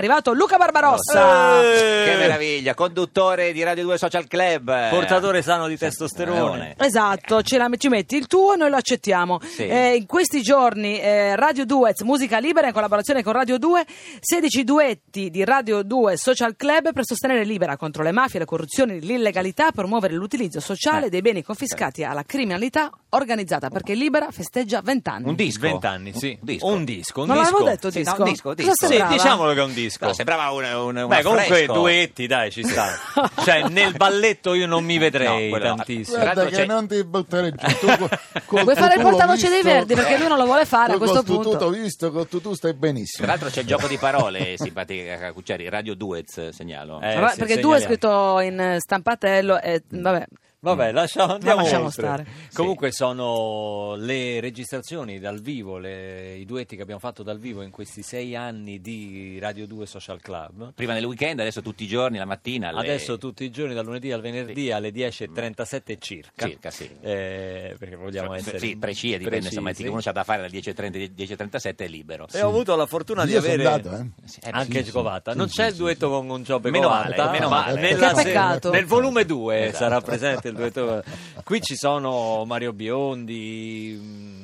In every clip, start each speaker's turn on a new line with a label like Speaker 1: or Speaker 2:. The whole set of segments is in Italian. Speaker 1: arrivato Luca Barbarossa.
Speaker 2: Eh.
Speaker 3: Che meraviglia, conduttore di Radio 2 Social Club. Eh,
Speaker 2: Portatore sano di testosterone.
Speaker 1: Esatto, ce la- ci metti il tuo e noi lo accettiamo.
Speaker 3: Sì.
Speaker 1: Eh, in questi giorni eh, Radio Duets, musica libera in collaborazione con Radio 2, 16 duetti di Radio 2 Social Club per sostenere libera contro le mafie, la corruzione, l'illegalità, promuovere l'utilizzo sociale
Speaker 3: Eh.
Speaker 1: dei beni confiscati alla criminalità organizzata perché Libera festeggia 20 anni.
Speaker 3: Un disco.
Speaker 2: Mm, Vent'anni, sì.
Speaker 3: Un disco.
Speaker 2: Un disco, un
Speaker 1: non
Speaker 2: disco.
Speaker 1: l'avevo detto
Speaker 3: Sì,
Speaker 1: disco.
Speaker 3: no, un disco,
Speaker 1: Cosa
Speaker 3: disco. Sì,
Speaker 1: sembrava?
Speaker 2: diciamolo che è un disco.
Speaker 3: No, sembrava un, un, un
Speaker 2: Beh, comunque
Speaker 3: affresco.
Speaker 2: duetti, dai, ci sta. cioè, nel balletto io non mi vedrei
Speaker 3: No, quello-
Speaker 2: tantissimo.
Speaker 3: Tra
Speaker 4: Guarda
Speaker 3: l'altro
Speaker 4: che
Speaker 3: c'è-
Speaker 4: non ti buttare giù. Tu, co- col
Speaker 1: Vuoi fare il
Speaker 4: tutù l'ho
Speaker 1: portavoce dei
Speaker 4: visto-
Speaker 1: Verdi perché lui non lo vuole fare a
Speaker 4: Tu
Speaker 1: questo
Speaker 4: col tutù
Speaker 1: punto.
Speaker 4: T'ho visto, col tutù stai
Speaker 3: Tra
Speaker 4: benissimo.
Speaker 3: l'altro c'è il gioco di parole, simpatica Cucciari, Radio Duez, segnalo.
Speaker 2: Eh,
Speaker 1: Vabbè,
Speaker 2: sì,
Speaker 1: Cioè, perché due è
Speaker 2: segnaliamo.
Speaker 1: scritto in eh, stampatello e vabbè.
Speaker 2: Vabbè, lasciamo, andiamo
Speaker 1: lasciamo
Speaker 2: oltre.
Speaker 1: stare.
Speaker 2: Comunque sono le registrazioni dal vivo, le- i duetti che abbiamo fatto dal vivo in questi sei anni di Radio 2 Social Club.
Speaker 3: Prima nel weekend, adesso tutti i giorni, la mattina. alle-
Speaker 2: Adesso tutti i giorni, dal lunedì al venerdì alle 10.37 circa.
Speaker 3: Circa, sì.
Speaker 2: Eh, perché vogliamo essere
Speaker 3: Sì, precise, dipende, insomma,
Speaker 2: precisi.
Speaker 3: se uno c'ha da fare alle 10.30, 10.37 è libero.
Speaker 2: E ho avuto la fortuna di
Speaker 4: Io sono
Speaker 2: avere
Speaker 4: andato, eh.
Speaker 3: Sì, eh,
Speaker 2: anche
Speaker 3: sì, sì.
Speaker 2: Scovata.
Speaker 4: sì,
Speaker 2: non
Speaker 4: sì,
Speaker 2: c'è il
Speaker 4: sì,
Speaker 2: duetto con Gonciope
Speaker 3: Meno
Speaker 2: Covata,
Speaker 3: male, meno
Speaker 2: ma
Speaker 3: male.
Speaker 2: nella
Speaker 1: Che
Speaker 2: se-
Speaker 1: peccato.
Speaker 2: nel volume 2
Speaker 3: Esatto.
Speaker 2: sarà presente il duetto. Qui ci sono Mario Biondi,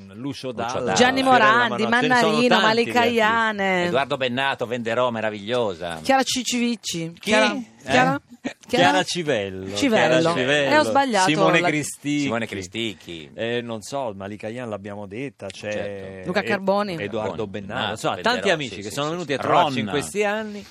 Speaker 2: mh, Lucio Dalla,
Speaker 3: Dalla,
Speaker 1: Gianni
Speaker 3: Fiorella
Speaker 1: Morandi, Mannarino, Malika Iane,
Speaker 3: Edoardo Bennato, Venderò, meravigliosa.
Speaker 1: Chiara Cicivicci.
Speaker 3: Chi?
Speaker 1: Chiara,
Speaker 3: Eh?
Speaker 1: Chiara,
Speaker 2: Chiara Civello,
Speaker 1: Civello.
Speaker 2: Chiara Civello.
Speaker 1: Eh, ho sbagliato
Speaker 2: Simone
Speaker 1: la-
Speaker 2: Cristicchi.
Speaker 3: Simone Cristicchi.
Speaker 2: Eh, non so, Malika Ian l'abbiamo detta, c'è
Speaker 3: Certo.
Speaker 1: Luca
Speaker 2: Ed-
Speaker 1: Carboni.
Speaker 2: Edoardo
Speaker 3: Carboni,
Speaker 2: Bennato,
Speaker 3: Bennato,
Speaker 2: insomma,
Speaker 3: Benderò,
Speaker 2: tanti amici
Speaker 3: sì,
Speaker 2: che
Speaker 3: sì,
Speaker 2: sono
Speaker 3: sì, sì.
Speaker 2: venuti a trovarci in
Speaker 3: Ronna.
Speaker 2: questi anni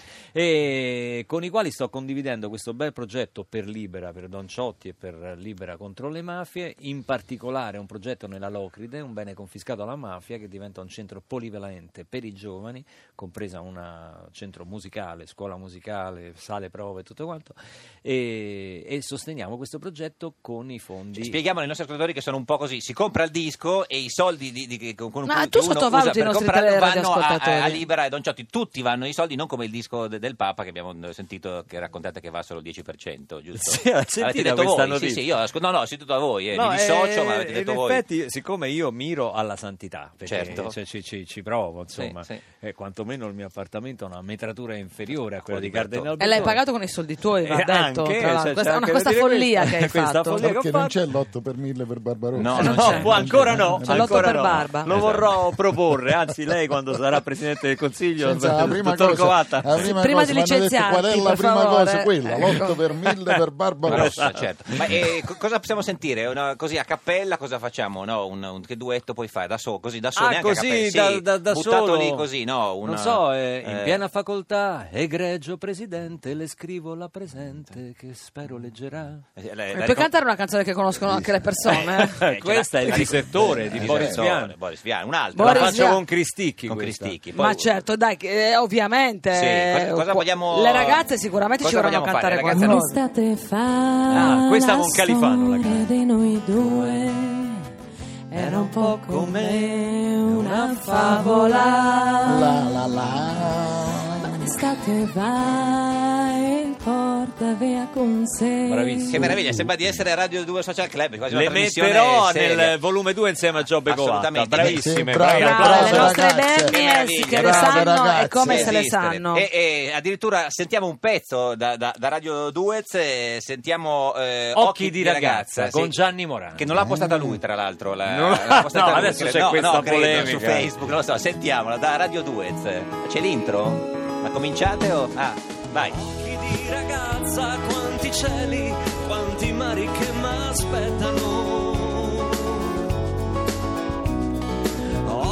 Speaker 2: e con i quali sto condividendo questo bel progetto per Libera, per Don Ciotti e per Libera contro le mafie, in particolare un progetto nella Locride, un bene confiscato alla mafia che diventa un centro polivalente per i giovani, compresa un centro musicale, scuola musicale, sale prove e tutto quanto e, e sosteniamo questo progetto con i fondi
Speaker 3: Spieghiamo ai nostri ascoltatori che sono un po' così: si compra il disco e i soldi di, di- che- con con-
Speaker 1: Ma
Speaker 3: che
Speaker 1: tu
Speaker 3: uno
Speaker 1: sottovaluti
Speaker 3: usa per
Speaker 1: i nostri
Speaker 3: comprarlo
Speaker 1: tele-
Speaker 3: vanno a,
Speaker 1: radioascoltatori.
Speaker 3: a, a Libera e Don Ciotti. Tutti vanno i soldi, non come il disco de- del Papa che abbiamo sentito che raccontate che va solo il 10%, giusto?
Speaker 2: Sì, l'ha
Speaker 3: Avete
Speaker 2: sentita
Speaker 3: detto voi?
Speaker 2: questa
Speaker 3: Sì,
Speaker 2: notizia.
Speaker 3: sì, io ascol- no, no, ho sentito da voi, eh,
Speaker 2: No,
Speaker 3: mi dissocio,
Speaker 2: eh,
Speaker 3: ma avete detto
Speaker 2: in
Speaker 3: voi.
Speaker 2: effetti, siccome io miro alla santità, perché
Speaker 3: Certo.
Speaker 2: cioè, ci, ci- ci provo, insomma,
Speaker 3: Sì, sì.
Speaker 2: eh, quantomeno il mio appartamento ha una metratura inferiore a
Speaker 3: Quello
Speaker 2: quella di
Speaker 3: di Bertone.
Speaker 2: Cardinal
Speaker 1: E l'hai
Speaker 2: Bertone.
Speaker 1: pagato con i soldi tuoi, va
Speaker 2: Eh,
Speaker 1: detto.
Speaker 2: anche,
Speaker 1: tra l'altro.
Speaker 2: cioè,
Speaker 1: questa,
Speaker 2: c'è
Speaker 1: no,
Speaker 2: anche da
Speaker 1: questa
Speaker 2: dire
Speaker 1: follia
Speaker 2: questo.
Speaker 1: che hai
Speaker 2: Questa
Speaker 1: fatto.
Speaker 2: follia.
Speaker 4: Perché
Speaker 2: Ho
Speaker 4: non
Speaker 2: fatto-
Speaker 4: c'è l'8 per 1000 per Barbarossa.
Speaker 3: No,
Speaker 1: Eh, non
Speaker 2: No,
Speaker 1: c'è.
Speaker 2: può- ancora no,
Speaker 1: C'è l'otto
Speaker 2: ancora
Speaker 1: per
Speaker 2: no.
Speaker 1: barba.
Speaker 2: Lo vorrò
Speaker 3: Esatto.
Speaker 2: proporre, anzi lei quando sarà Presidente del Consiglio,
Speaker 4: Senza, la prima
Speaker 2: dottor
Speaker 4: cosa,
Speaker 2: Covatta.
Speaker 4: la prima
Speaker 1: Prima
Speaker 4: cosa,
Speaker 1: di
Speaker 4: mi hanno detto
Speaker 1: licenziarti,
Speaker 4: qual è la
Speaker 1: per
Speaker 4: prima
Speaker 1: favore.
Speaker 4: cosa? Quella,
Speaker 1: Ecco.
Speaker 4: l'8 per 1000 per Barbarossa.
Speaker 2: Boh,
Speaker 3: Barbarossa, certo. Ma eh, co- cosa possiamo sentire? Una- così a cappella cosa facciamo? No, un, un- che duetto puoi fare? Da solo, così da solo,
Speaker 2: Ah,
Speaker 3: neanche a
Speaker 2: così,
Speaker 3: cappella,
Speaker 2: da,
Speaker 3: sì,
Speaker 2: da, da
Speaker 3: buttato
Speaker 2: solo.
Speaker 3: lì così, no? una-
Speaker 2: non so, eh, in
Speaker 3: eh,
Speaker 2: piena facoltà, egregio presidente, le scrivo la presente che spero leggerà.
Speaker 3: eh, la- la
Speaker 1: E puoi
Speaker 3: ricom-
Speaker 1: cantare una canzone che conoscono anche le persone? eh?
Speaker 3: Eh,
Speaker 2: Questa
Speaker 3: c'è
Speaker 2: è
Speaker 3: la-
Speaker 2: di settore di
Speaker 3: Di
Speaker 2: Eh, Boris
Speaker 3: settore,
Speaker 2: Vian.
Speaker 3: Boris Vian, un'altra.
Speaker 2: La
Speaker 1: Boris
Speaker 2: faccio
Speaker 1: Vian.
Speaker 2: con Cristicchi
Speaker 3: Con
Speaker 2: questa.
Speaker 3: Cristicchi. Poi-
Speaker 1: Ma certo, dai, che- eh, ovviamente.
Speaker 3: Sì, cosa- cosa
Speaker 1: eh,
Speaker 3: vogliamo-
Speaker 1: Le ragazze sicuramente ci
Speaker 3: cosa
Speaker 1: vorranno
Speaker 3: vogliamo
Speaker 1: cantare
Speaker 3: fare? Le ragazze
Speaker 1: qualcosa.
Speaker 3: no.
Speaker 5: Un'estate fa
Speaker 2: Ah, questa con
Speaker 5: la
Speaker 2: Califano la
Speaker 5: storia
Speaker 2: canta.
Speaker 5: di noi due Era un po' come una favola
Speaker 4: La la la.
Speaker 5: Un'estate va e porta via con sé
Speaker 2: Bravissimo.
Speaker 3: Che meraviglia, sembra di essere a Radio 2 Social Club. quasi una
Speaker 2: Le
Speaker 3: trasmissione
Speaker 2: metterò
Speaker 3: Esatto, seria.
Speaker 2: nel volume 2 insieme a Giobbe Covatta.
Speaker 3: Assolutamente.
Speaker 4: Sì,
Speaker 2: Bravissime,
Speaker 4: brave,
Speaker 2: brave.
Speaker 1: Brava, le
Speaker 4: Brave
Speaker 1: nostre
Speaker 4: ragazze.
Speaker 1: Bernies
Speaker 3: Meraviglia.
Speaker 1: che le
Speaker 4: Brave
Speaker 1: sanno e
Speaker 4: ragazze.
Speaker 1: come se le
Speaker 3: Esistere.
Speaker 1: sanno.
Speaker 2: Eh,
Speaker 3: E, e addirittura sentiamo un pezzo da, da- da Radio Duez, eh, sentiamo eh,
Speaker 2: Occhi di ragazza, con
Speaker 3: sì.
Speaker 2: Gianni Morandi.
Speaker 3: Che non l'ha postata lui, tra l'altro. La,
Speaker 2: No,
Speaker 3: l'ha postata
Speaker 2: no,
Speaker 3: lui,
Speaker 2: adesso
Speaker 3: credo.
Speaker 2: c'è
Speaker 3: No,
Speaker 2: questa
Speaker 3: no, credo,
Speaker 2: polemica.
Speaker 3: su Facebook, non lo so, sentiamola da Radio Duez. C'è l'intro? Ma cominciate o... Ah, vai.
Speaker 6: occhi di ragazza, quanti cieli, quanti mari che mi aspettano.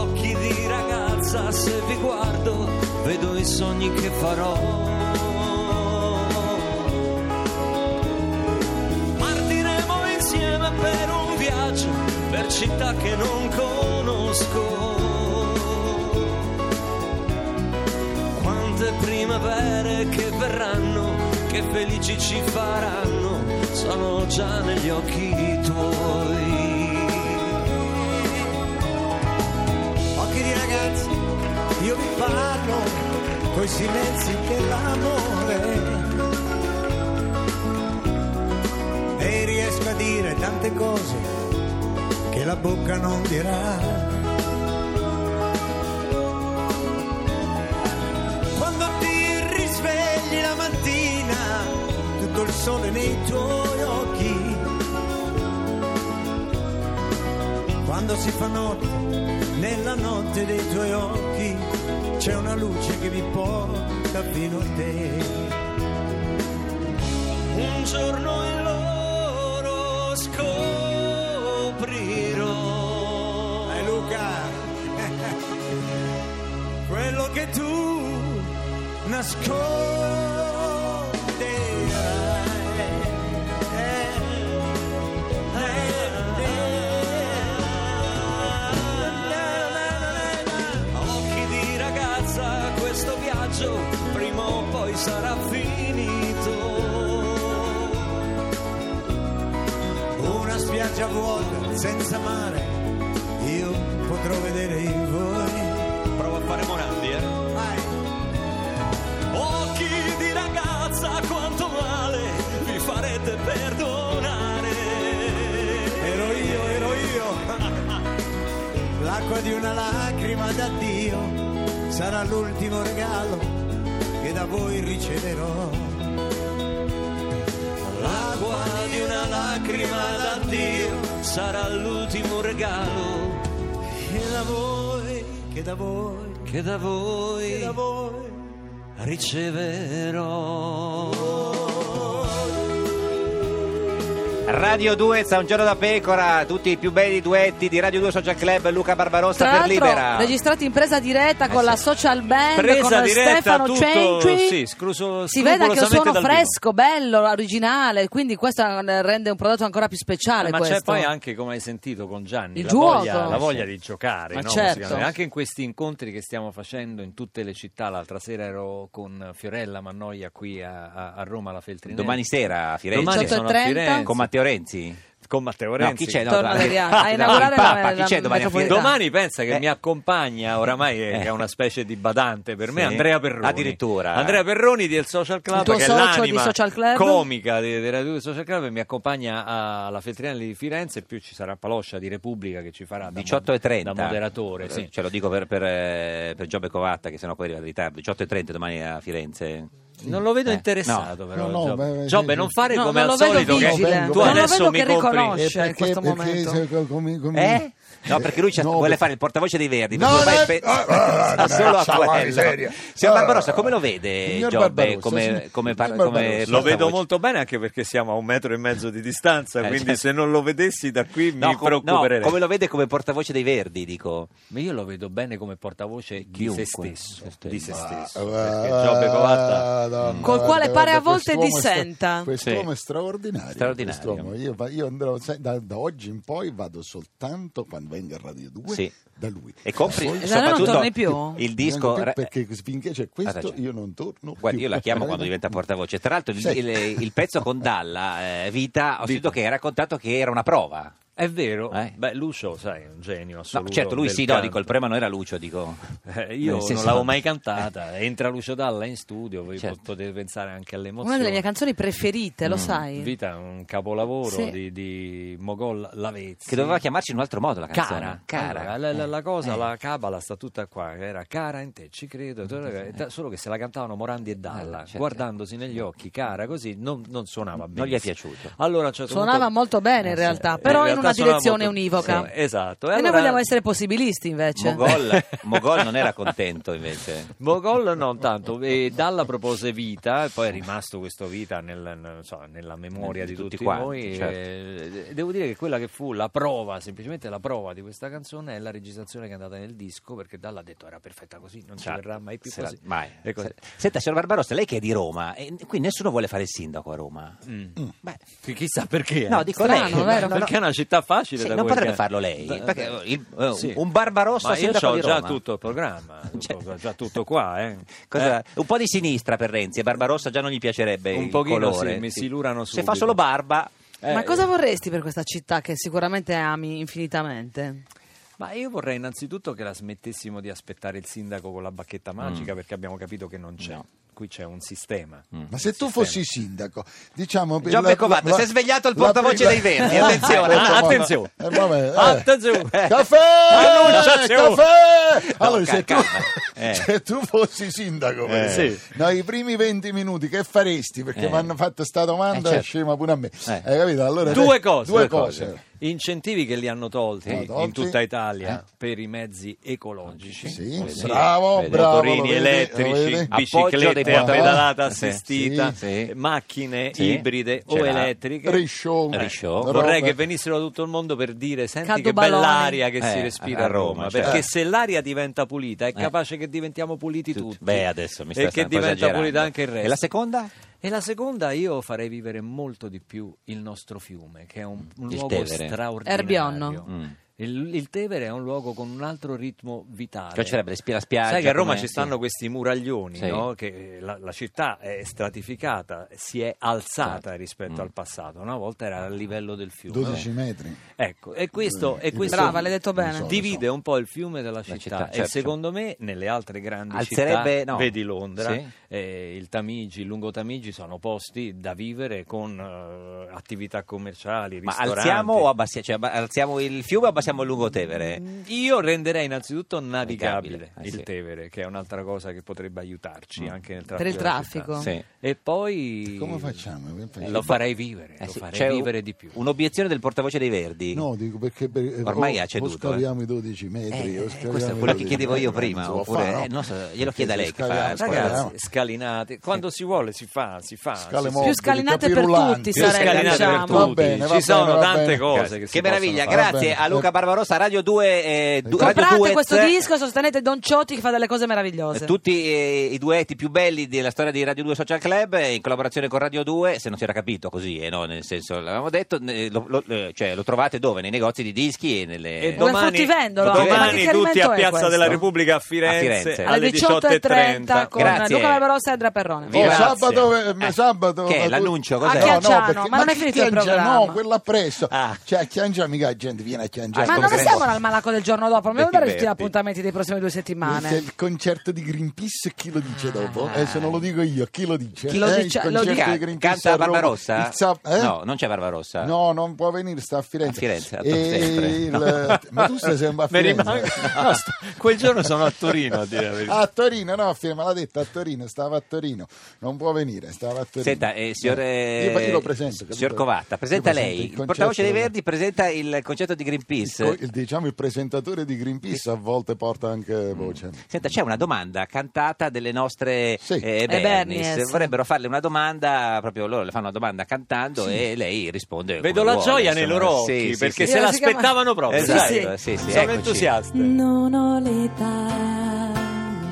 Speaker 6: Occhi di ragazza, se vi guardo, vedo i sogni che farò. Partiremo insieme per un viaggio, per città che non conosco quante primavere che verranno, che felici ci faranno, sono già negli occhi tuoi.
Speaker 7: Occhi di ragazzi, io vi parlo coi silenzi dell'amore. E riesco a dire tante cose che la bocca non dirà. Quando ti svegli la mattina, tutto il sole nei tuoi occhi. Quando si fa notte, nella notte dei tuoi occhi, c'è una luce che mi porta fino a te.
Speaker 6: un giorno in loro scoprirò
Speaker 7: Dai Luca, quello che tu nasconderai. Eh, eh.
Speaker 6: A occhi di ragazza questo viaggio prima o poi sarà finito
Speaker 7: Una spiaggia vuota, senza mare, io potrò vedere in voi.
Speaker 3: Provo a fare Morandi, eh.
Speaker 7: Vai,
Speaker 6: Occhi di ragazza, quanto male vi farete perdonare.
Speaker 7: ero io, ero io. L'acqua di una lacrima da Dio sarà l'ultimo regalo che da voi riceverò.
Speaker 6: L'acqua di una lacrima da Dio sarà l'ultimo regalo
Speaker 7: Che da voi, che da voi,
Speaker 6: che da
Speaker 7: che da
Speaker 6: voi
Speaker 7: voi.
Speaker 6: riceverò.
Speaker 3: Radio 2, sta un giorno da pecora, tutti i più belli duetti di Radio 2 Social Club, Luca Barbarossa
Speaker 1: Tra
Speaker 3: per
Speaker 1: l'altro,
Speaker 3: Libera.
Speaker 1: registrati in presa diretta con la social band
Speaker 2: Eh Presa
Speaker 1: con
Speaker 2: diretta,
Speaker 1: Stefano
Speaker 2: tutto,
Speaker 1: Cenci.
Speaker 2: sì, scruso-
Speaker 1: si vede anche un
Speaker 2: scrupolosamente
Speaker 1: suono
Speaker 2: dal vivo.
Speaker 1: fresco, bello, originale. Quindi, questo eh, rende un prodotto ancora più speciale.
Speaker 2: Eh, Ma
Speaker 1: Ah, questo.
Speaker 2: c'è poi anche, come hai sentito con Gianni,
Speaker 1: Il
Speaker 2: la
Speaker 1: gioco.
Speaker 2: voglia, la voglia di giocare.
Speaker 1: Ma
Speaker 2: no,
Speaker 1: certo.
Speaker 2: musicalmente. Anche in questi incontri che stiamo facendo in tutte le città. L'altra sera ero con Fiorella Mannoia qui a, a- a Roma, alla Feltrinelli.
Speaker 3: Domani sera a Firenze.
Speaker 2: Domani sono a Firenze.
Speaker 3: Con Matteo Renzi.
Speaker 2: con Matteo Renzi.
Speaker 3: No, chi c'è? No,
Speaker 1: Torna
Speaker 3: tra-
Speaker 1: Adriano, a
Speaker 3: no,
Speaker 1: inaugurare
Speaker 3: il Papa,
Speaker 1: la-
Speaker 3: chi
Speaker 1: la
Speaker 3: c'è domani a Firenze?
Speaker 1: metropolitana.
Speaker 2: Domani pensa che
Speaker 3: Eh.
Speaker 2: mi accompagna, oramai è,
Speaker 3: Eh.
Speaker 2: è una specie di badante per me,
Speaker 3: Sì.
Speaker 2: Andrea Perroni.
Speaker 3: Addirittura.
Speaker 2: Andrea Perroni del Social
Speaker 1: Il
Speaker 2: Club,
Speaker 1: tuo
Speaker 2: che è
Speaker 1: socio di
Speaker 2: l'anima
Speaker 1: Social Club?
Speaker 2: comica di, di Radio 2 Social Club, e mi accompagna alla Feltrinelli di Firenze, più ci sarà Paloscia di Repubblica che ci farà da, mod-
Speaker 3: 18 e 30
Speaker 2: da moderatore. Sì.
Speaker 3: ce lo dico per, per, eh, per Giobbe Covatta che sennò poi arriva in ritardo 18 e 30 domani a Firenze
Speaker 2: Non lo vedo
Speaker 3: Eh,
Speaker 2: interessato, però.
Speaker 4: No, no,
Speaker 2: Giobbe,
Speaker 4: beh,
Speaker 2: Giobbe,
Speaker 4: sì, sì.
Speaker 2: non fare
Speaker 1: No,
Speaker 2: come
Speaker 1: non
Speaker 2: al
Speaker 1: lo vedo
Speaker 2: solito. che
Speaker 1: vigile.
Speaker 2: tu
Speaker 4: Non lo
Speaker 2: adesso
Speaker 1: vedo
Speaker 2: mi
Speaker 1: che riconosce.
Speaker 2: compri.
Speaker 4: Eh,
Speaker 1: Esce in questo momento.
Speaker 4: se- co- come- come-
Speaker 3: eh? no perché lui ci-
Speaker 4: No,
Speaker 3: vuole
Speaker 4: per-
Speaker 3: fare il portavoce dei verdi
Speaker 4: No,
Speaker 3: perché
Speaker 4: no,
Speaker 3: ormai pe-
Speaker 4: ah,
Speaker 3: sta
Speaker 4: ah,
Speaker 3: solo a
Speaker 4: ciao,
Speaker 3: quello
Speaker 4: miseria.
Speaker 3: signor
Speaker 4: Ah.
Speaker 3: Barbarossa come lo vede
Speaker 4: Signor
Speaker 3: Giobbe
Speaker 4: Barbarossa,
Speaker 3: come,
Speaker 4: signor-
Speaker 3: come, par-
Speaker 4: signor
Speaker 3: come
Speaker 4: Barbarossa.
Speaker 2: Lo vedo
Speaker 3: portavoce?
Speaker 2: molto bene anche perché siamo a un metro e mezzo di distanza,
Speaker 3: Eh,
Speaker 2: quindi
Speaker 3: certo.
Speaker 2: se non lo vedessi da qui mi
Speaker 3: No, com- no,
Speaker 2: preoccuperei.
Speaker 3: come lo vede come portavoce dei verdi dico
Speaker 2: Ma io lo vedo bene come portavoce di
Speaker 3: Chiunque.
Speaker 2: se stesso,
Speaker 3: Se stesso.
Speaker 2: di se
Speaker 4: Ah,
Speaker 2: stesso. Perché Giobbe Covatta
Speaker 4: Madonna,
Speaker 1: Col
Speaker 4: guarda,
Speaker 1: quale pare a
Speaker 4: guarda,
Speaker 1: volte
Speaker 4: quest'uomo è stra-
Speaker 1: dissenta.
Speaker 4: Quest'uomo
Speaker 3: Mm. Sì.
Speaker 4: è straordinario.
Speaker 3: Straordinario.
Speaker 4: quest'uomo. Io, va- io andrò, sai, da, da oggi in poi vado soltanto quando venga a Radio 2
Speaker 3: Sì.
Speaker 4: da lui.
Speaker 3: e compri
Speaker 4: Da poi-
Speaker 1: non
Speaker 3: soprattutto
Speaker 1: torni più?
Speaker 3: il
Speaker 4: Vengo
Speaker 3: disco
Speaker 4: più
Speaker 3: re-
Speaker 4: perché finché c'è
Speaker 3: Ha
Speaker 4: questo
Speaker 3: ragione.
Speaker 4: io non torno.
Speaker 3: Guardi,
Speaker 4: più.
Speaker 3: io la chiamo quando diventa portavoce. Tra l'altro, il,
Speaker 4: Sì.
Speaker 3: il- il pezzo con Dalla, eh, Vita, ho sentito che hai raccontato che era una prova.
Speaker 2: è vero,
Speaker 3: Eh.
Speaker 2: beh, Lucio, sai, è un genio
Speaker 3: No,
Speaker 2: assoluto.
Speaker 3: certo, lui
Speaker 2: del
Speaker 3: sì, no,
Speaker 2: canto.
Speaker 3: dico, il problema non era Lucio, dico.
Speaker 2: Eh, io
Speaker 3: Nel senso-
Speaker 2: non l'avevo mai cantata. Entra Lucio Dalla in studio, voi
Speaker 3: Certo.
Speaker 2: potete pensare anche all'emozione.
Speaker 1: Una delle mie canzoni preferite,
Speaker 2: Mm,
Speaker 1: lo sai.
Speaker 2: Vita è un capolavoro
Speaker 1: Sì.
Speaker 2: di, di Mogol Lavezzi.
Speaker 3: Che doveva chiamarci in un altro modo la
Speaker 2: Cara,
Speaker 3: canzone. Cara.
Speaker 2: Allora, la, la- la cosa,
Speaker 3: Eh.
Speaker 2: la cabala sta tutta qua. Era cara in te, ci credo. eh, Solo che se la cantavano Morandi e Dalla,
Speaker 3: Eh, certo.
Speaker 2: guardandosi negli occhi, cara, così non, non suonava bene.
Speaker 3: Non gli è piaciuto.
Speaker 2: Allora, a un certo
Speaker 1: Suonava
Speaker 2: punto-
Speaker 1: molto bene in
Speaker 2: Eh, sì.
Speaker 1: realtà, però in,
Speaker 2: realtà
Speaker 1: una
Speaker 2: suonava
Speaker 1: direzione
Speaker 2: molto-
Speaker 1: univoca.
Speaker 2: Sì, esatto.
Speaker 1: E,
Speaker 2: allora-
Speaker 1: noi vogliamo essere possibilisti invece.
Speaker 3: Mogol, Mogol non era contento invece.
Speaker 2: Mogol non tanto, e Dalla propose Vita, e poi è rimasto questo Vita nel- nel- insomma, nella memoria
Speaker 3: Di
Speaker 2: di
Speaker 3: tutti
Speaker 2: tutti,
Speaker 3: quanti,
Speaker 2: noi.
Speaker 3: certo.
Speaker 2: e devo dire che quella che fu la prova, semplicemente la prova di questa canzone è la registrazione che è andata nel disco, perché Dalla ha detto era perfetta così, non ci verrà mai più
Speaker 3: Certo. Se la-
Speaker 2: così.
Speaker 3: mai.
Speaker 2: E così.
Speaker 3: Se- Senta, signor Barbarossa, lei che è di Roma, e qui nessuno vuole fare il sindaco a Roma. Beh,
Speaker 2: Mm. Chi- Chissà perché. eh.
Speaker 3: No, dico
Speaker 1: Strano,
Speaker 3: lei.
Speaker 1: vero?
Speaker 3: No, no,
Speaker 2: perché è una città facile
Speaker 3: Sì,
Speaker 2: da
Speaker 3: non
Speaker 2: quel
Speaker 3: potrebbe
Speaker 2: che-
Speaker 3: farlo lei,
Speaker 2: da-
Speaker 3: perché,
Speaker 2: da-
Speaker 3: il- eh, un Barbarossa
Speaker 2: Ma io
Speaker 3: sindaco
Speaker 2: ho
Speaker 3: di
Speaker 2: già
Speaker 3: Roma.
Speaker 2: tutto il programma,
Speaker 3: Cioè-
Speaker 2: ho già tutto qua. eh.
Speaker 3: Cosa-
Speaker 2: Eh,
Speaker 3: Un po' di sinistra per Renzi e Barbarossa già non gli piacerebbe
Speaker 2: Un
Speaker 3: il
Speaker 2: pochino,
Speaker 3: colore.
Speaker 2: sì, mi si lurano
Speaker 3: Se fa
Speaker 2: subito.
Speaker 3: solo barba,
Speaker 1: Ma
Speaker 2: eh,
Speaker 1: cosa vorresti per questa città che sicuramente ami infinitamente?
Speaker 2: Ma io vorrei
Speaker 3: Mm.
Speaker 2: innanzitutto che la smettessimo di aspettare il sindaco con la bacchetta magica perché abbiamo capito che non c'è. qui c'è un sistema.
Speaker 4: Ma se tu
Speaker 2: Sistema.
Speaker 4: fossi sindaco, diciamo... per
Speaker 3: Giobbe
Speaker 4: la-
Speaker 3: Covado,
Speaker 4: la-
Speaker 3: si è svegliato il
Speaker 4: la-
Speaker 3: portavoce
Speaker 4: la-
Speaker 3: dei Verdi, attenzione.
Speaker 4: Ah, ecco,
Speaker 2: Attenzione.
Speaker 4: eh, vabbè, eh.
Speaker 2: Attenzione.
Speaker 4: Caffè!
Speaker 3: Ah,
Speaker 2: Annunciazione.
Speaker 4: Caffè! Eh, Allora,
Speaker 3: No,
Speaker 4: se, tu,
Speaker 3: calma, eh.
Speaker 4: se tu fossi sindaco, per
Speaker 2: sì.
Speaker 4: esempio, no, i primi 20 minuti che faresti? Perché
Speaker 3: Eh.
Speaker 4: mi hanno fatto sta domanda,
Speaker 3: Eh, certo.
Speaker 4: scema pure a me.
Speaker 3: Eh.
Speaker 4: Hai capito? Allora,
Speaker 2: Due
Speaker 4: eh,
Speaker 2: cose, due
Speaker 4: Due cose.
Speaker 2: Incentivi che li hanno tolti
Speaker 4: Ah, tolti.
Speaker 2: in tutta Italia
Speaker 3: Eh.
Speaker 2: per i mezzi ecologici,
Speaker 4: Sì,
Speaker 2: Vedi?
Speaker 4: bravo,
Speaker 2: Vedi?
Speaker 4: bravo,
Speaker 2: motorini
Speaker 4: lo vedi, lo
Speaker 2: elettrici,
Speaker 4: vedi?
Speaker 3: Appoggio dei
Speaker 2: biciclette a
Speaker 3: portatori.
Speaker 4: Eh,
Speaker 2: pedalata
Speaker 3: Sì,
Speaker 2: assistita,
Speaker 3: sì, sì.
Speaker 2: macchine
Speaker 3: Sì,
Speaker 2: ibride
Speaker 3: ce
Speaker 2: o
Speaker 3: l'ha.
Speaker 2: elettriche.
Speaker 4: Risciò.
Speaker 2: Eh,
Speaker 3: Risciò.
Speaker 2: Vorrei
Speaker 4: Robe.
Speaker 2: che venissero da tutto il mondo per dire: Senti
Speaker 1: Cado
Speaker 2: che
Speaker 1: Baloni."
Speaker 2: bella aria che
Speaker 3: Eh,
Speaker 2: si respira
Speaker 3: a
Speaker 2: a
Speaker 3: Roma,
Speaker 2: Roma.
Speaker 3: certo.
Speaker 2: Perché
Speaker 3: Eh.
Speaker 2: se l'aria diventa pulita, è capace che diventiamo puliti
Speaker 3: Tutti.
Speaker 2: tutti.
Speaker 3: Beh, adesso mi stai
Speaker 2: E che
Speaker 3: un po'
Speaker 2: diventa
Speaker 3: esagerando.
Speaker 2: pulita anche il resto.
Speaker 3: E la seconda?
Speaker 2: E la seconda, io farei vivere molto di più il nostro fiume, che è un, un
Speaker 3: Mm. Il
Speaker 2: luogo
Speaker 3: Tevere.
Speaker 2: straordinario.
Speaker 1: Erbionno.
Speaker 3: Mm.
Speaker 2: Il, il Tevere è un luogo con un altro ritmo vitale.
Speaker 3: Cioè, ci sarebbe la spi- la spiaggia,
Speaker 2: Sai che a Roma
Speaker 3: come-
Speaker 2: ci stanno
Speaker 3: sì.
Speaker 2: questi muraglioni,
Speaker 3: Sì.
Speaker 2: no? che eh, la, la città è stratificata, si è alzata rispetto
Speaker 3: Mm.
Speaker 2: al passato. Una volta era al livello del fiume.
Speaker 3: Eh.
Speaker 4: 12 metri.
Speaker 2: Ecco, e questo,
Speaker 3: Mm.
Speaker 2: e questo
Speaker 1: Brava, l'hai detto bene.
Speaker 4: so, lo
Speaker 2: divide un po' il fiume dalla città,
Speaker 3: città,
Speaker 2: e
Speaker 3: certo.
Speaker 2: secondo me nelle altre grandi
Speaker 3: Alzerebbe-
Speaker 2: città,
Speaker 3: no.
Speaker 2: vedi Londra,
Speaker 3: Sì.
Speaker 2: eh, il Tamigi, il Lungo Tamigi sono posti da vivere con eh, attività commerciali,
Speaker 3: Ma
Speaker 2: ristoranti.
Speaker 3: alziamo, o abbassi- cioè, abba- alziamo il fiume o abbassiamo il Lungotevere?
Speaker 2: Io renderei innanzitutto navigabile
Speaker 3: Navigabile, eh,
Speaker 2: il
Speaker 3: sì. Mm.
Speaker 2: Tevere, che è un'altra cosa che potrebbe aiutarci anche nel
Speaker 1: Per il
Speaker 2: traffico. della
Speaker 1: traffico.
Speaker 2: città.
Speaker 3: Sì.
Speaker 2: E poi
Speaker 4: Come facciamo? Come
Speaker 2: Eh,
Speaker 4: facciamo?
Speaker 2: lo farei vivere,
Speaker 3: Eh
Speaker 2: lo
Speaker 3: sì,
Speaker 2: farei
Speaker 3: c'è un-
Speaker 2: vivere di più.
Speaker 3: Un'obiezione del portavoce dei Verdi. Eh,
Speaker 4: No, dico perché per-
Speaker 3: Ormai
Speaker 4: o-
Speaker 3: ha ceduto,
Speaker 4: O scaviamo i 12 metri.
Speaker 3: Eh,
Speaker 4: o
Speaker 3: eh,
Speaker 4: scaviamo
Speaker 3: questo è
Speaker 4: i
Speaker 3: quello che
Speaker 4: 12
Speaker 3: chiedevo io
Speaker 4: metri,
Speaker 3: prima,
Speaker 4: non si può
Speaker 3: oppure-
Speaker 4: fare,
Speaker 3: eh, non so, glielo chiede a lei che fa,
Speaker 4: scaviamo,
Speaker 3: scaviamo.
Speaker 4: scaviamo.
Speaker 2: Ragazzi, scalinate, quando si vuole si fa, si fa.
Speaker 4: Scale
Speaker 2: si-
Speaker 4: mobili,
Speaker 1: Più scalinate per
Speaker 4: capirulanti.
Speaker 1: tutti
Speaker 2: Più
Speaker 1: sarebbe,
Speaker 2: scalinate per
Speaker 1: diciamo.
Speaker 2: tutti.
Speaker 4: Va bene, va
Speaker 2: Ci sono
Speaker 4: bene, va
Speaker 2: tante
Speaker 4: bene.
Speaker 2: cose che,
Speaker 3: Che meraviglia,
Speaker 4: fare.
Speaker 3: grazie
Speaker 4: Va bene.
Speaker 3: a Luca Barbarossa, Radio 2. eh, du- Radio
Speaker 1: Comprate
Speaker 3: 2
Speaker 1: questo
Speaker 3: tre-
Speaker 1: disco, sostenete Don Ciotti che fa delle cose meravigliose.
Speaker 3: eh, Tutti eh, i duetti più belli della storia di Radio 2 Social Club eh, in collaborazione con Radio 2, se non si era capito così, eh, no, nel senso l'avevamo detto, eh, lo, lo- eh, cioè, lo trovate dove? Nei negozi di dischi e nelle...
Speaker 2: E
Speaker 1: Dove
Speaker 2: domani,
Speaker 1: fruttivendolo?
Speaker 2: domani
Speaker 1: Ma che
Speaker 2: tutti
Speaker 1: chiarimento
Speaker 2: a
Speaker 1: è
Speaker 2: Piazza
Speaker 1: questo?
Speaker 2: della Repubblica a Firenze,
Speaker 3: A Firenze.
Speaker 2: alle
Speaker 1: alle 18.30 con
Speaker 2: 18.30.
Speaker 3: Grazie.
Speaker 1: Luca Barbarossa e Andrea Perrone.
Speaker 4: Oh,
Speaker 3: Via- Grazie.
Speaker 4: sabato, eh,
Speaker 3: Eh,
Speaker 4: sabato
Speaker 3: che è
Speaker 4: ma tu- Eh,
Speaker 3: l'annuncio, cos'è?
Speaker 1: A
Speaker 4: No,
Speaker 1: Chianciano,
Speaker 4: no, perché-
Speaker 1: ma non è
Speaker 4: chi
Speaker 1: finito il
Speaker 4: Chianciano?
Speaker 1: programma.
Speaker 4: No, quello appresso.
Speaker 3: Ah. Ecco,
Speaker 4: Cioè, a Chianciano mica la gente viene a Chianciano.
Speaker 1: Ma non
Speaker 4: Come-
Speaker 1: siamo al Malaco del giorno dopo, non dobbiamo dare tutti gli
Speaker 3: Diverti.
Speaker 1: appuntamenti dei prossimi due
Speaker 4: C'è
Speaker 1: settimane.
Speaker 4: il concerto di Greenpeace, chi lo
Speaker 3: Ah,
Speaker 4: dice dopo? Eh, se non lo dico io, chi lo dice?
Speaker 1: Chi lo
Speaker 4: Eh,
Speaker 1: dice-
Speaker 4: Il
Speaker 1: lo
Speaker 4: concerto
Speaker 1: dica-
Speaker 4: di
Speaker 3: Ca-
Speaker 4: Greenpeace
Speaker 3: canta
Speaker 4: a Roma.
Speaker 3: Barbarossa?
Speaker 4: Il sab- eh?
Speaker 3: No, non c'è Barbarossa.
Speaker 4: No, non può venire, sta a Firenze.
Speaker 3: Cioè, A Firenze, a
Speaker 4: E
Speaker 3: sempre.
Speaker 4: il- Ma tu stai sempre a
Speaker 2: Mi
Speaker 4: Firenze.
Speaker 2: rimango- No, sto- Quel giorno sono a Torino a dire la verità.
Speaker 4: A Torino, no, a Firenze, me l'ha detto a Torino, stava a Torino, non può venire, stava a Torino.
Speaker 3: Senta, eh, signor,
Speaker 4: Eh, io, io lo presento. capito?
Speaker 3: signor Covatta, presenta
Speaker 4: Io presento
Speaker 3: lei.
Speaker 4: il
Speaker 3: Il portavoce dei
Speaker 4: concerto-
Speaker 3: Verdi presenta il concetto di Greenpeace.
Speaker 4: il, co- il- diciamo il presentatore di Greenpeace a volte porta anche voce.
Speaker 3: Senta, c'è una domanda cantata delle nostre
Speaker 4: Sì.
Speaker 3: eh,
Speaker 1: Eh,
Speaker 3: Bernis.
Speaker 1: Bernis.
Speaker 3: Vorrebbero farle una domanda, proprio loro le fanno una domanda cantando e lei risponde. come
Speaker 2: Vedo la
Speaker 3: vuole,
Speaker 2: gioia nei
Speaker 3: insomma.
Speaker 2: loro
Speaker 3: Sì,
Speaker 2: occhi
Speaker 3: sì,
Speaker 1: Sì,
Speaker 3: sì.
Speaker 2: perché se
Speaker 1: si chiama-
Speaker 2: l'aspettavano proprio.
Speaker 1: Sì,
Speaker 3: Esatto,
Speaker 2: sai.
Speaker 1: sì.
Speaker 3: sì, sì,
Speaker 2: Sono
Speaker 3: eccoci.
Speaker 2: entusiaste.
Speaker 5: Non ho l'età,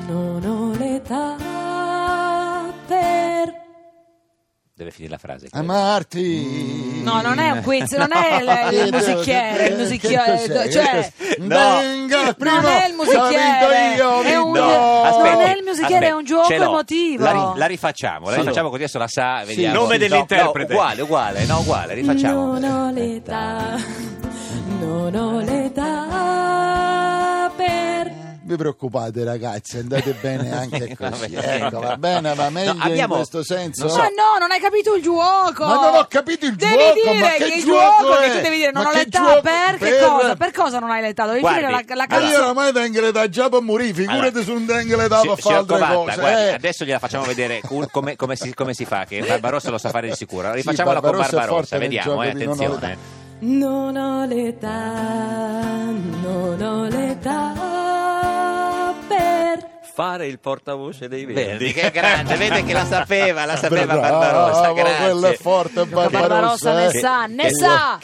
Speaker 5: non ho l'età per...
Speaker 3: Deve finire la frase.
Speaker 4: Ah.
Speaker 3: credo.
Speaker 4: Amarti!
Speaker 1: No, non è un quiz, non è il, il musicchiere, il musicchiere, cioè
Speaker 4: Venga, prima,
Speaker 1: non è il musicchiere,
Speaker 4: ho vinto io,
Speaker 1: è un,
Speaker 4: ho vinto
Speaker 3: No,
Speaker 4: io.
Speaker 1: non
Speaker 3: aspetti,
Speaker 1: è il musicchiere, è un
Speaker 3: aspetti,
Speaker 1: gioco
Speaker 3: ce l'ho.
Speaker 1: emotivo.
Speaker 3: La, ri- la rifacciamo, la
Speaker 4: Sì.
Speaker 3: rifacciamo così adesso la sa, vediamo.
Speaker 2: Nome
Speaker 3: Sì, no,
Speaker 2: dell'interprete.
Speaker 3: no, uguale, uguale, no, uguale, rifacciamo.
Speaker 5: Non ho l'età, non ho l'età per...
Speaker 4: Vi preoccupate ragazzi, andate bene anche così.
Speaker 3: Vabbè.
Speaker 4: ecco, va bene, va meglio
Speaker 3: abbiamo-
Speaker 4: in questo senso.
Speaker 1: Ma no, non hai capito il gioco.
Speaker 4: Ma non ho capito il
Speaker 1: devi
Speaker 4: gioco,
Speaker 1: Devi
Speaker 4: ma
Speaker 1: dire
Speaker 4: che
Speaker 1: il
Speaker 4: gioco
Speaker 1: gioco che
Speaker 4: è?
Speaker 1: tu devi dire non
Speaker 4: Ma
Speaker 1: ho
Speaker 4: che
Speaker 1: l'età
Speaker 4: gioso-
Speaker 1: per che
Speaker 4: per-
Speaker 1: cosa? Per cosa non hai l'età? Devi
Speaker 3: Guardi,
Speaker 1: finire la, la
Speaker 4: Ma io
Speaker 1: canzone.
Speaker 4: oramai vengo da già per morire, figurate
Speaker 3: Allora.
Speaker 4: su un tengle da per
Speaker 3: Si-
Speaker 4: fare
Speaker 3: signor
Speaker 4: altre
Speaker 3: Covatta,
Speaker 4: cose.
Speaker 3: guardi,
Speaker 4: eh.
Speaker 3: adesso gliela facciamo vedere cu- come, come si, come si fa, che Barbarossa lo sa fare di sicuro.
Speaker 4: Sì,
Speaker 3: Rifacciamola
Speaker 4: Barbarossa
Speaker 3: con
Speaker 4: è
Speaker 3: Barbarossa,
Speaker 4: forte nel
Speaker 3: vediamo, eh,
Speaker 4: gioco di non
Speaker 3: attenzione.
Speaker 5: Non ho l'età, non ho l'età per...
Speaker 2: Fare il portavoce dei verdi.
Speaker 3: Verdi, che grande, vede che la sapeva, la sapeva
Speaker 4: Bravo,
Speaker 3: Barbarossa,
Speaker 4: quello è
Speaker 3: grazie.
Speaker 4: forte
Speaker 1: Barbarossa
Speaker 4: Barbarossa.
Speaker 1: ne
Speaker 4: eh.
Speaker 1: sa, ne
Speaker 4: Che-
Speaker 1: sa.